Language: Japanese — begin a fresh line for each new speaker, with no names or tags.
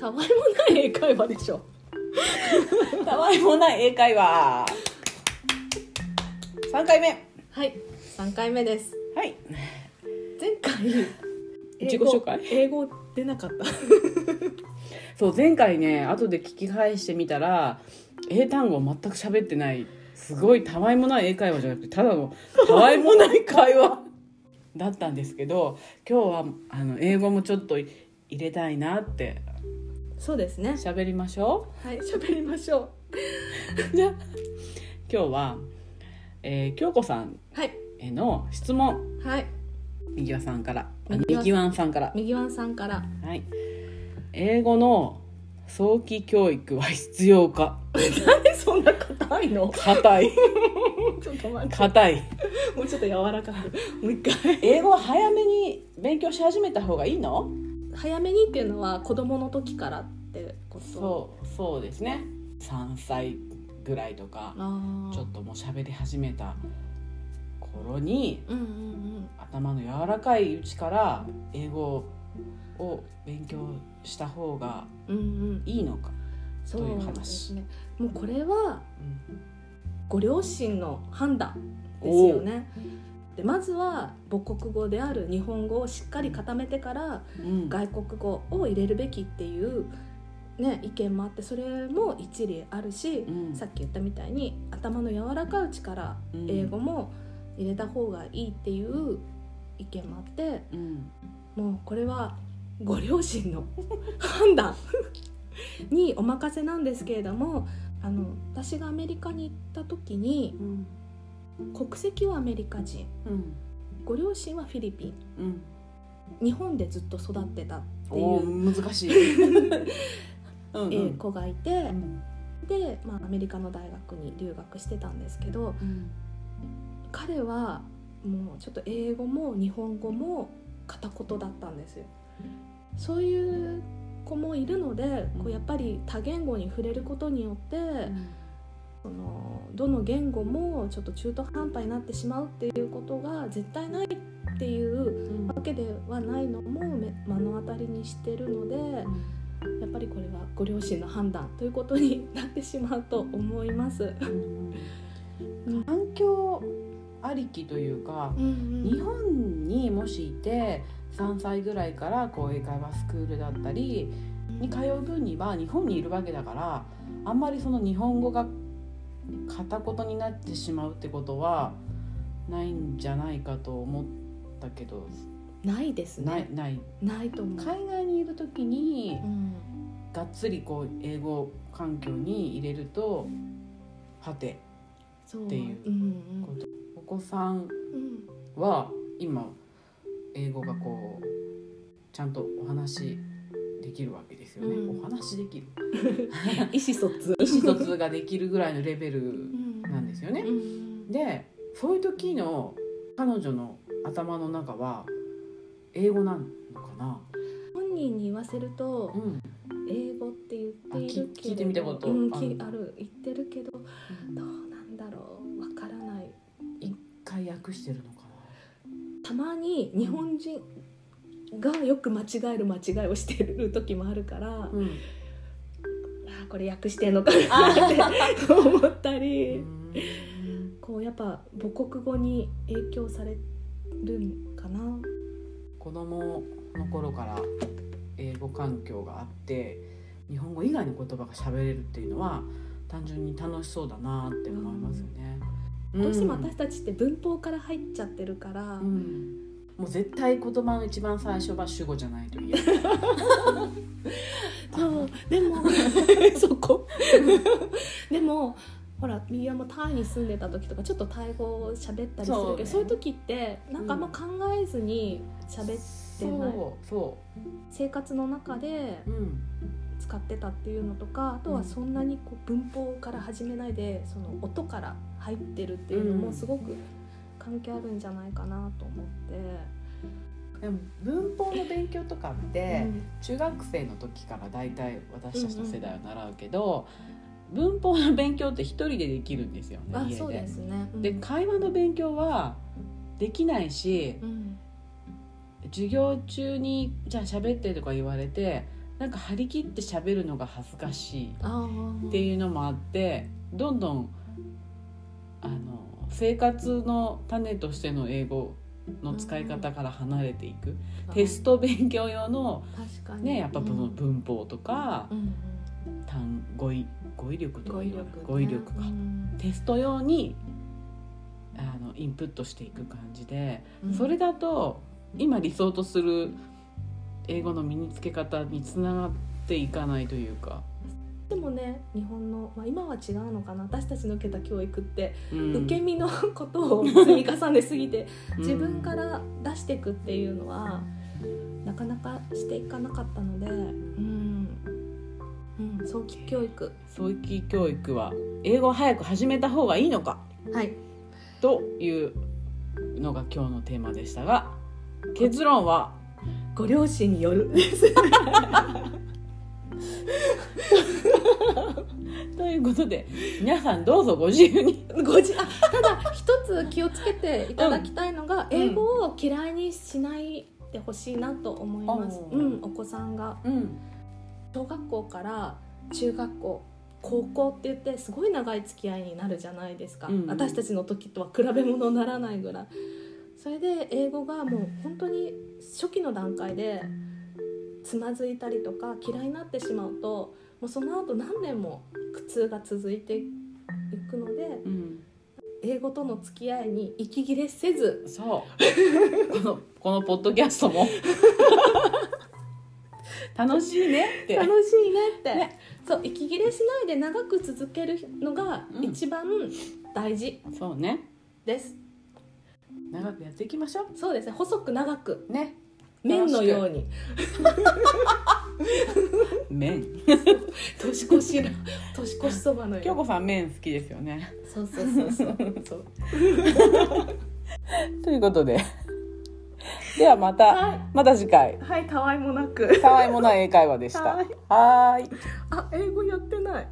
たわいもない英会話でしょ
たわいもない英会話3回目
はい3回目です
はい
前 回
自己紹介
英語英語出なかった
そう前回ね後で聞き返してみたら英単語全く喋ってないすごいたわいもない英会話じゃなくてただのたわいもない会話だったんですけど今日はあの英語もちょっと入れたいなって
そうですね
喋りましょ
はい喋りましょ
うじゃあ今日は、えー京子さん
うはい
への質問
はい
右輪さんからあ
右輪
右輪さんから
右ワンさんから
はい英語の早期教育は必要か
何そんな硬いの
硬い
ちょっと待って
硬い
もうちょっと柔らかくもう一回
英語は早めに勉強し始めた方がいいの
早めにっていうのは子供の時からってこと
そうそうですね3歳ぐらいとか
ああ
ちょっともう喋り始めた頃に
うんうん
頭の柔らかいうちから英語を勉強した方が
うんうんうん
いいのか、
そ
という
う
話
ですねもうこれは
うん
ご両親の判断ですよねでまずは母国語である日本語をしっかり固めてから
うん
外国語を入れるべきっていう、ね、意見もあってそれも一理あるし、
うん
さっき言ったみたいに頭の柔らかいうちから
うん
英語も入れた方がいいっていう意見もあって
うん
もうこれはご両親の判断にお任せなんですけれどもあの私がアメリカに行った時に
うん
国籍はアメリカ人
うん
ご両親はフィリピン
うん
日本でずっと育ってたってい
お
う、
ー難しいうんうん
えー子がいて、
うん
で、まあ、アメリカの大学に留学してたんですけど
うん
彼はもうちょっと英語も日本語も片言だったんですよそういう子もいるのでこうやっぱり多言語に触れることによってそのどの言語もちょっと中途半端になってしまうっていうことが絶対ないっていう
うん
わけではないのもめ目の当たりにしてるのでやっぱりこれはご両親の判断ということになってしまうと思います。うん
環境ありきというか
うんうん
日本にもしいて3歳ぐらいからこう英会話スクールだったりに通う分には日本にいるわけだからあんまりその日本語が片言になってしまうってことはないんじゃないかと思ったけど
ないですね。
ないない
ないと思う。
海外にいる時に
うん
がっつりこう英語環境に入れるとはて
そう
っていう
うん
ことお子さん
うんうん
は今英語がこうちゃんとお話しできるわけですよね、
うん
お話しできる
意思疎通。
意思疎通ができるぐらいのレベル
うん
なんですよね
う、ん
でそういう時の彼女の頭の中は英語なのかな、
本人に言わせると
うん
英語って言っているけれ
あ
ど
き聞いてみたこと
うん、
あ
き
る
ある言ってるけどどうなんだろうわからない。
一回訳してるのか
たまに日本人がよく間違える間違いをしてる時もあるから、あ
な、うん
ーこれ訳してんのかなって思ったり。こうやっぱ母国語に影響されるんかな。
子供の頃から英語環境があって日本語以外の言葉が喋れるっていうのは単純に楽しそうだなって思いますよね。
どうしても
うん
私たちって文法から入っちゃってるから、
うんもう絶対言葉の一番最初は主語じゃないといえ
そうでも そこでもほらミーアもタイに住んでた時とかちょっとタイ語を喋ったりするけど
そ
そうう,、
ね
いう時ってなんかあんま考えずに喋っない
そうそ
生活の中で
う、うん、
使ってたっていうのとかあとはそんなにこう文法から始めないでその音から入ってるっていうの
うん
もすごく関係あるんじゃないかなと思って。
でも文法の勉強とかって、
うん
中学生の時から大体私たちの世代は習うけど、文法の勉強って一人でできるんですよね
あ
家
そうですね。うん
で会話の勉強はできないし
うん
授業中にじゃあ喋ってとか言われてなんか張り切って喋るのが恥ずかしい
ああ
っていうのもあってどんどんあの生活の種としての英語の使い方から離れていく、テスト勉強用の、
確かに
ね、やっぱその
うん
文法とか、
うん
単語彙語彙力とか
語彙力ね
語彙力か、
うん
テスト用にあのインプットしていく感じで、
うん
それだと今理想とする英語の身につけ方につながっていかないというか。
でもね日本の、まあ、今は違うのかな私たちの受けた教育って、
うん
受け身のことを積み重ねすぎて
うん
自分から出していくっていうのはなかなかしていかなかったのでうん、うん、早期教育
早期教育は英語を早く始めた方がいいのか
はい
というのが今日のテーマでしたが結論は
ご両親による
ということで皆さんどうぞご自由に
ごじあただ一つ気をつけていただきたいのが、英語を嫌いにしないでほしいなと思います、
うん
うん、お子さんが
うん
小学校から中学校高校って言ってすごい長い付き合いになるじゃないですか、
うん
私たちの時とは比べ物にならないぐらいそれで英語がもう本当に初期の段階でつまずいたりとか嫌いになってしまうともうその後何年も苦痛が続いていくので
うん
英語との付き合いに息切れせず
そうこのこのポッドキャスト も楽しいねって
楽しいねって
ね
そう息切れしないで長く続けるのが一番大事
そうね
です、
長くやっていきましょ
そうですね細く長く
うね
麺のように
麺
年越しの 年越しそばの
京
よ
子さん麺好きですよね
うにそうそうそうそうそう
ということでではまた、
は
また次回
い はいたわいもなく
たわいもない英会話でした
はい
はーい
あ英語やってない